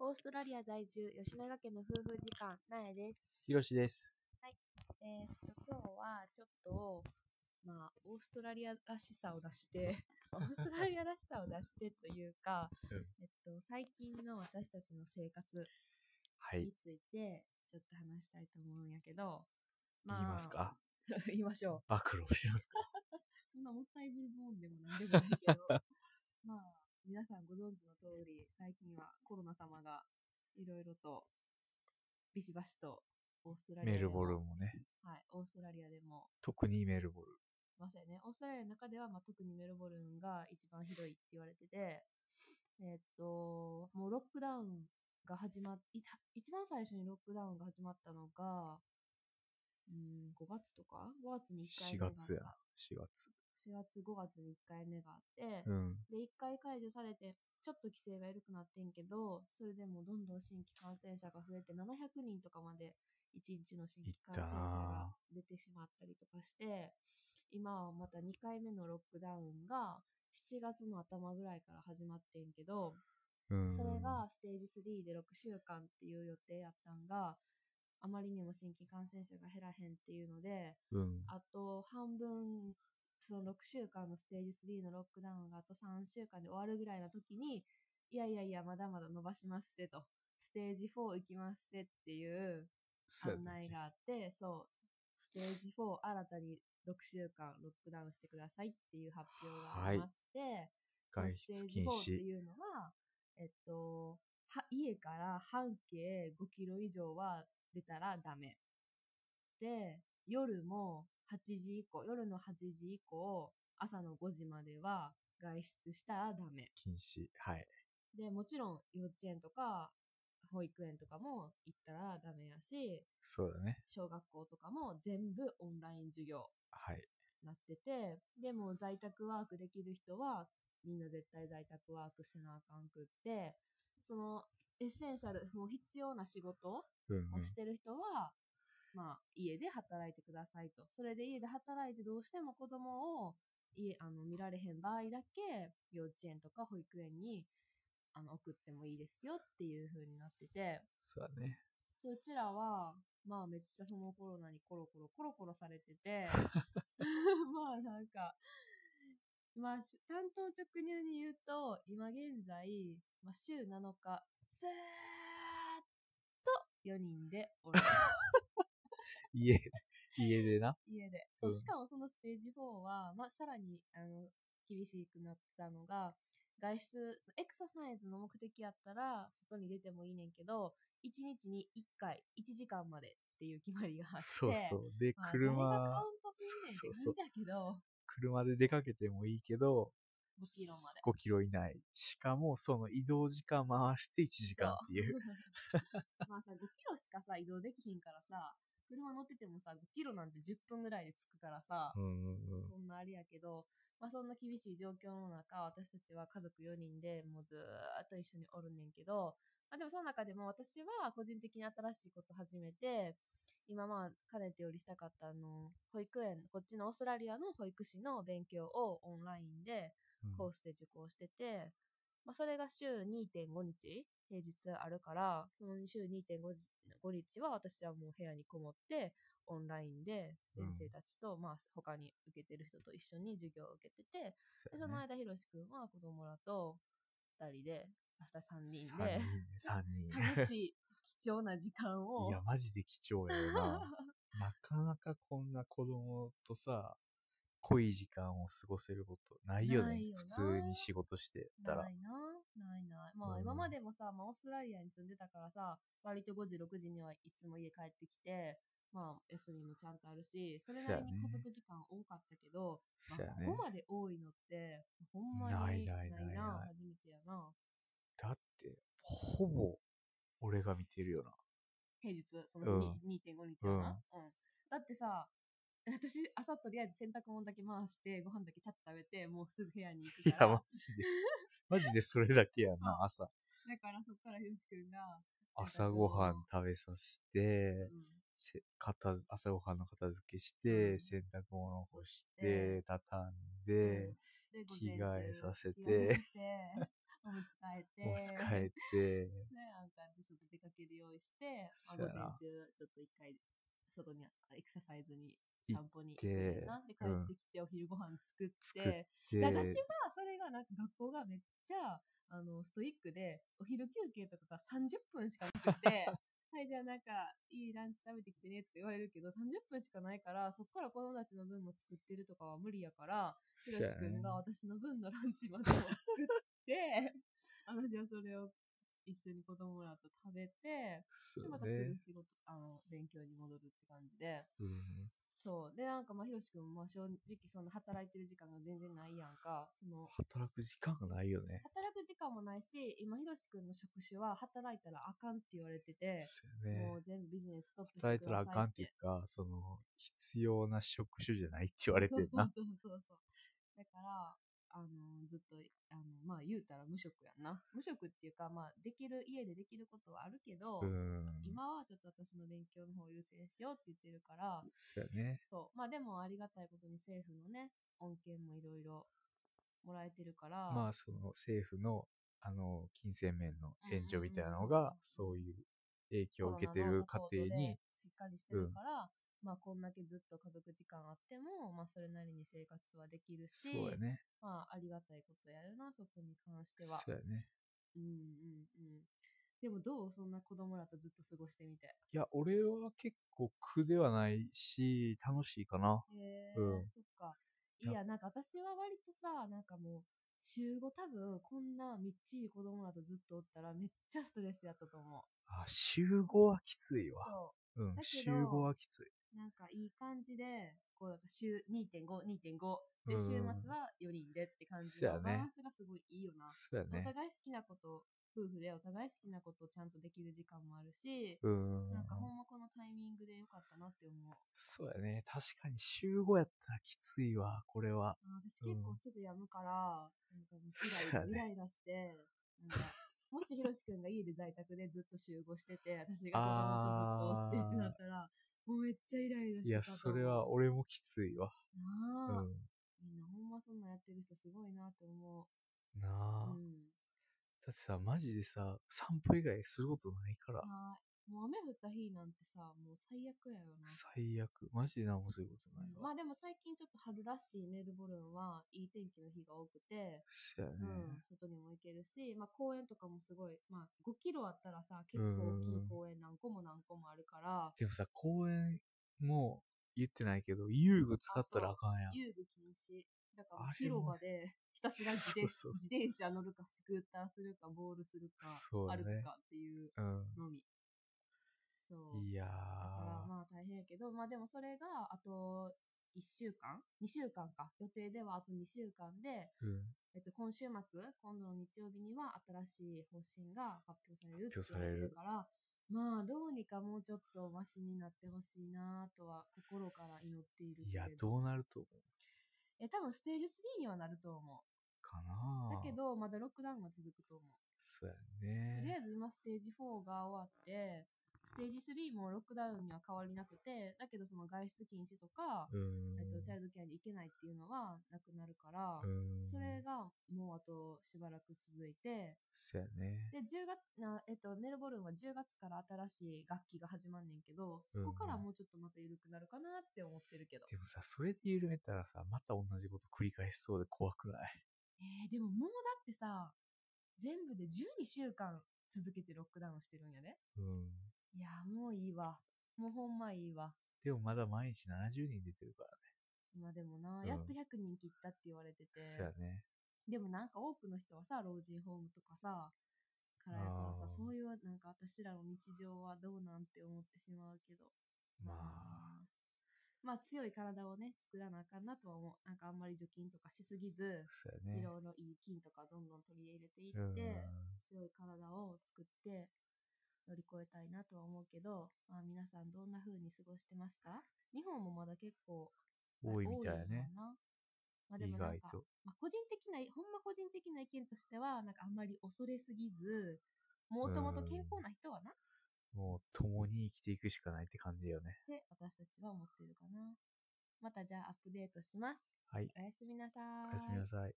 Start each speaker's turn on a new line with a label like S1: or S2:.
S1: オーストラリア在住、吉永家の夫婦時間、なえです。
S2: ひろしです。
S1: えーっと、今日はちょっと、まあ、オーストラリアらしさを出 して、オーストラリアらしさを出してというか、
S2: うん
S1: えっと、最近の私たちの生活
S2: はい。
S1: について、ちょっと話したいと思うんやけど、
S2: 言いますか
S1: 言いましょう。
S2: 暴露しますか
S1: そんなもったいぶるもんでもなんでもないけど、 まあ、皆さんご存知の通り、最近はコロナ様がいろいろとビシバシとオーストラリア
S2: メ
S1: で
S2: ル
S1: も
S2: ボルンもね。
S1: はい、オーストラリアでも、
S2: 特にメルボルン。
S1: まさやね、オーストラリアの中では、まあ、特にメルボルンが一番ひどいって言われてて、えっと、もうロックダウンが始まっいた、一番最初にロックダウンが始まったのが、うん、5月とか ?5 月に1回
S2: 4
S1: 目が
S2: 月や。4月。
S1: 4月、5月に1回目があって、
S2: うん。
S1: で、1回解除されて、ちょっと規制が緩くなってんけど、それでもどんどん新規感染者が増えて、700人とかまで1日の新規感染者が出てしまったりとかして、今はまた2回目のロックダウンが7月の頭ぐらいから始まってんけど、
S2: うん。
S1: それがステージ3で6週間っていう予定やったんが、あまりにも新規感染者が減らへんっていうので、
S2: うん。
S1: あと半分、その6週間のステージ3のロックダウンがあと3週間で終わるぐらいの時に、いやいやいや、まだまだ伸ばしますせと、ステージ4行きますせっていう
S2: そうや
S1: 案
S2: ったっけ
S1: 内があって、そう、ステージ4新たに6週間ロックダウンしてくださいっていう発表がありまして、
S2: 外
S1: その
S2: 出
S1: ステージ
S2: 禁
S1: 4って
S2: 止。
S1: いうのは、えっと、は家から半径5キロ以上は出たらダメ。で、夜も8時以降、夜の8時以降、朝の5時までは外出したらダメ。
S2: 禁止。はい。
S1: で、もちろん幼稚園とか保育園とかも行ったらダメやし、
S2: そうだね。
S1: 小学校とかも全部オンライン授業
S2: はい。
S1: なってて、でも在宅ワークできる人は、みんな絶対在宅ワークせなあかんくって、そのエッセンシャル、もう必要な仕事を
S2: うん、うん。
S1: してる人は、まあ家で働いてくださいと。それで家で働いてどうしても子供を家、あの、見られへん場合だけ、幼稚園とか保育園に、あの、送ってもいいですよっていう風になってて、
S2: そうだね。
S1: でうちらは、まあめっちゃそのコロナにコロコロコロコロされてて、 まあなんか、まあし単刀直入に言うと、今現在、まあ週7日、ずーっと4人でおる。
S2: 家、家でな。
S1: 家で。そうう、
S2: ん
S1: しかもそのステージ4は、まあ、さらに、あの、厳しくなったのが、外出、エクササイズの目的やったら、外に出てもいいねんけど、1日に1回、1時間までっていう決まりがあって、
S2: そうそう。で、
S1: まあ誰がカウ
S2: 車
S1: ン、トするねん
S2: そうそうそう
S1: って感じやけど、
S2: 車で出かけてもいいけど、
S1: 5キロまで。
S2: 5キロ以内。しかも、その移動時間回して1時間っていう。
S1: まあさ、5キロしかさ、移動できひんからさ、車乗っててもさ、5キロなんて10分ぐらいで着くからさ、
S2: うんうんうん。
S1: そんなあれやけど、まあ、そんな厳しい状況の中、私たちは家族4人でもうずーっと一緒におるねんけど、まあ、でもその中でも私は個人的に新しいこと始めて、今まあ、かねてよりしたかったあの、保育園、こっちのオーストラリアの保育士の勉強をオンラインで
S2: うん
S1: コースで受講してて、まあ、それが週2.5日平日あるから、その週2.5じ5日は私はもう部屋にこもって、オンラインで先生たちと、まあ他に受けてる人と一緒に授業を受けてて、
S2: そ
S1: でそ
S2: うや
S1: の
S2: ね
S1: 間ひろしくんは子供らと2人で、2人3人
S2: 三
S1: で、
S2: 三 人。
S1: 楽しい貴重な時間を
S2: いや、マジで貴重やよ な。なかなかこんな子供とさ、濃い時間を過ごせることないよね。
S1: ないよな
S2: 普通に仕事してたら
S1: な。いな、ないない。ま
S2: う
S1: あ
S2: ん
S1: 今までもさ、まあオーストラリアに住んでたからさ、割と5時、6時にはいつも家帰ってきて、まあ休みもちゃんとあるし、それなりに家族時間多かったけど、
S2: そうや
S1: まあ
S2: ね
S1: ここ。まで多いのって、ほんまに
S2: ないないない
S1: な
S2: ない
S1: 初めてやな。
S2: だって、ほぼ、俺が見てるよな。
S1: 平日、その
S2: うん
S1: 日に2.5日やな、うんだってさ、私、朝とりあえず洗濯物だけ回して、ご飯だけちゃっと食べて、もうすぐ部屋に行
S2: い
S1: くか
S2: や、
S1: ら。
S2: マジで。マジでそれだけやな、朝。
S1: だからそっからひろしくんが、
S2: 朝ごはん食べさせて
S1: う、ん
S2: せ片づ朝ごはんの片付けし
S1: うん
S2: て、洗濯物干して、畳ん
S1: うん
S2: で、
S1: で
S2: 着替えさせて
S1: 午 前中着替えておむつ替えて。
S2: おつかえて、
S1: ね、なんかちょっと出かける用意して、まあ、
S2: そ
S1: 午
S2: やな
S1: 前中、ちょっと一回、外にエクササイズに
S2: 行
S1: 散歩に行ってなで、帰
S2: うん
S1: ってきて、お昼ご飯作っ
S2: 作
S1: て、
S2: で、
S1: 駄菓子は、それがなんか学校がめっちゃ、あの、ストイックで、お昼休憩とかが30分しかなく て、はい、じゃあなんか、いいランチ食べてきてねとか言われるけど、30分しかないから、そっから子供たちの分も作ってるとかは無理やから、ひろ
S2: そや
S1: しくんが
S2: な
S1: 私の分のランチまでを作って、 私はそれを一緒に子供らと食べて、
S2: そ
S1: でま
S2: う
S1: たすぐ
S2: ね。
S1: 仕事、あの、勉強に戻るって感じで。
S2: うん
S1: そう。で、なんかまあ、ひろしくんも正直その働いてる時間が全然ないやんか、その、
S2: 働く時間がないよね。
S1: 働く時間もないし、今、ひろしくんの職種は働いたらあかんって言われてて、
S2: そうや
S1: も
S2: ね
S1: う。全部ビジネスストップしてください
S2: 働いたらあかんっていうか、その、必要な職種じゃないって言われてるな。
S1: そうそうそうそう。だから、あの、ずっと、あの、まあ、言うたら無職やんな。無職っていうか、まあ、できる、家でできることはあるけど、
S2: うん。
S1: 今はちょっと私の勉強の方を優先しようって言ってるから、
S2: そうやね。
S1: そう。まあ、でもありがたいことに政府のね、恩恵もいろいろもらえてるから、
S2: まあ、その、政府の、あの、金銭面の援助みたいなの
S1: うんうんうん
S2: が
S1: うん、
S2: そういう影響
S1: コロ
S2: を
S1: ナ
S2: 受け
S1: の
S2: てる
S1: サ
S2: 家
S1: ポートで
S2: 庭に、
S1: しっかりしてる
S2: うん
S1: から、まあ、こんだけずっと家族時間あっても、まあ、それなりに生活はできるし、
S2: そうやね。
S1: まあ、ありがたいことやるな、そこに関しては。
S2: そうやね。
S1: うんうんうん。でもどうそんな子供らとずっと過ごしてみて。
S2: いや、俺は結構苦ではないし、楽しいかな。
S1: へえ、
S2: うん
S1: そっか。い
S2: いや
S1: や、なんか私は割とさ、なんかもう、週5多分、こんなみっちり子供らとずっとおったらめっちゃストレスやったと思う。
S2: あ、週5はきついわ。
S1: そ
S2: うん
S1: だ、けど
S2: 週5はきつい。
S1: う。なんかいい感じで、こうなんか週2.5、2.5。で、
S2: うん
S1: 週末は4人でって感じ
S2: そ
S1: の
S2: やね
S1: バランスがすごいいいよな。
S2: そうや
S1: お
S2: ね。
S1: 互い好きなこと、夫婦でお互い好きなことをちゃんとできる時間もあるし、
S2: うん。
S1: なんかほんまこのタイミングでよかったなって思う。
S2: そうやね。確かに週5やったらきついわ、これは。
S1: あ私
S2: うん
S1: 結構すぐやむから、なんかもうイ
S2: そうや
S1: ライ
S2: ね
S1: ライライラして、なんか、もしひろしくんが家で在宅でずっと集合してて、私が
S2: あ
S1: 子供と
S2: ー
S1: ずっとってなったら、もうめっちゃイライラしてた
S2: いや、それは
S1: な
S2: 俺もきついわ。う
S1: あ、
S2: ん。
S1: みんなほんまそんなんやってる人すごいなと思
S2: な
S1: う。
S2: あ、
S1: う
S2: だ
S1: ん。
S2: ってさ、マジでさ、散歩以外することないから、
S1: はい。もう雨降った日なんてさ、もう最悪やよな。
S2: 最悪。マジで何もすることない
S1: うん
S2: わ。
S1: まあでも最近ちょっと春らしいメルボルンはいい天気の日が多くて、
S2: そうやね。
S1: うん、外にも行けるし、まあ、公園とかもすごい、まあ、5キロあったらさ結
S2: うん
S1: 構大きい公園何個も何個もあるから
S2: でもさ、公園も言ってないけど、遊具使ったらあかんやん。
S1: 遊具禁止だからもう
S2: あれも
S1: 広場で ひたすら自転
S2: そうそう
S1: 自転車乗るかスクーターするかボールするか
S2: そうね
S1: 歩くかっていう
S2: う
S1: のみそう、
S2: ん。いやー。
S1: だからまあ大変やけどまあでもそれがあと1週間2週間か予定ではあと2週間で
S2: うん。
S1: えっと、今週末、今度の日曜日には新しい方針が発表されるって言
S2: 発表さ
S1: わ
S2: れ
S1: れ
S2: る
S1: るから、まあ、どうにかもうちょっとマシになってほしいなとは心から祈っている
S2: い
S1: け
S2: や
S1: れ、ど。
S2: どうなると思う
S1: え、多分ステージ3にはなると思
S2: か
S1: う。
S2: な
S1: だけど、まだロックダウンが続くと思う。
S2: そうや
S1: とりあ
S2: ね。
S1: えず今ステージ4が終わって、ステージ3もロックダウンには変わりなくて、だけどその外出禁止とか、
S2: うん。
S1: えっと、チャイルドケアに行けないっていうのはなくなるから、
S2: うん。
S1: それがもうあとしばらく続いて、
S2: そうやね。
S1: で、10月な、えっと、メルボルンは10月から新しい楽器が始まんねんけど、そ
S2: うん
S1: こからもうちょっとまた緩くなるかなって思ってるけど。
S2: でもさ、それで緩めたらさ、また同じこと繰り返しそうで怖 くない
S1: えー、でももうだってさ、全部で12週間続けてロックダウンしてるんやね。
S2: うん。
S1: いやー、もういいわ。もうほんまいいわ。
S2: でもまだ毎日70人出てるからね。
S1: 今でもな、
S2: うん
S1: やっと100人切ったって言われてて。
S2: そうやね。
S1: でもなんか多くの人はさ、老人ホームとかさ、からやから
S2: あ
S1: さ、
S2: ー
S1: そういうなんか私らの日常はどうなんて思ってしまうけど。
S2: まあ、
S1: あ。まあ強い体をね、作らなあかんなとは思う。なんかあんまり除菌とかしすぎず、
S2: そうや
S1: い
S2: ね。
S1: ろいろいい菌とかどんどん取り入れてい
S2: うん
S1: って、。強い体を作って乗り越えたいなとは思うけど、まあ皆さんどんな風に過ごしてますか日本もまだ結構
S2: 多いみたいやね。
S1: 多のかな。まあで
S2: 意
S1: もなんか、
S2: 外と。
S1: まあ、個人的な、ほんま個人的な意見としては、なんかあんまり恐れすぎず、もともと健康な人はな、っ
S2: もう共に生きていくしかないって感じよね。
S1: て私たちは思ってるかな。またじゃあアップデートします。
S2: はい。
S1: おやすみなさーい。
S2: おやすみなさい。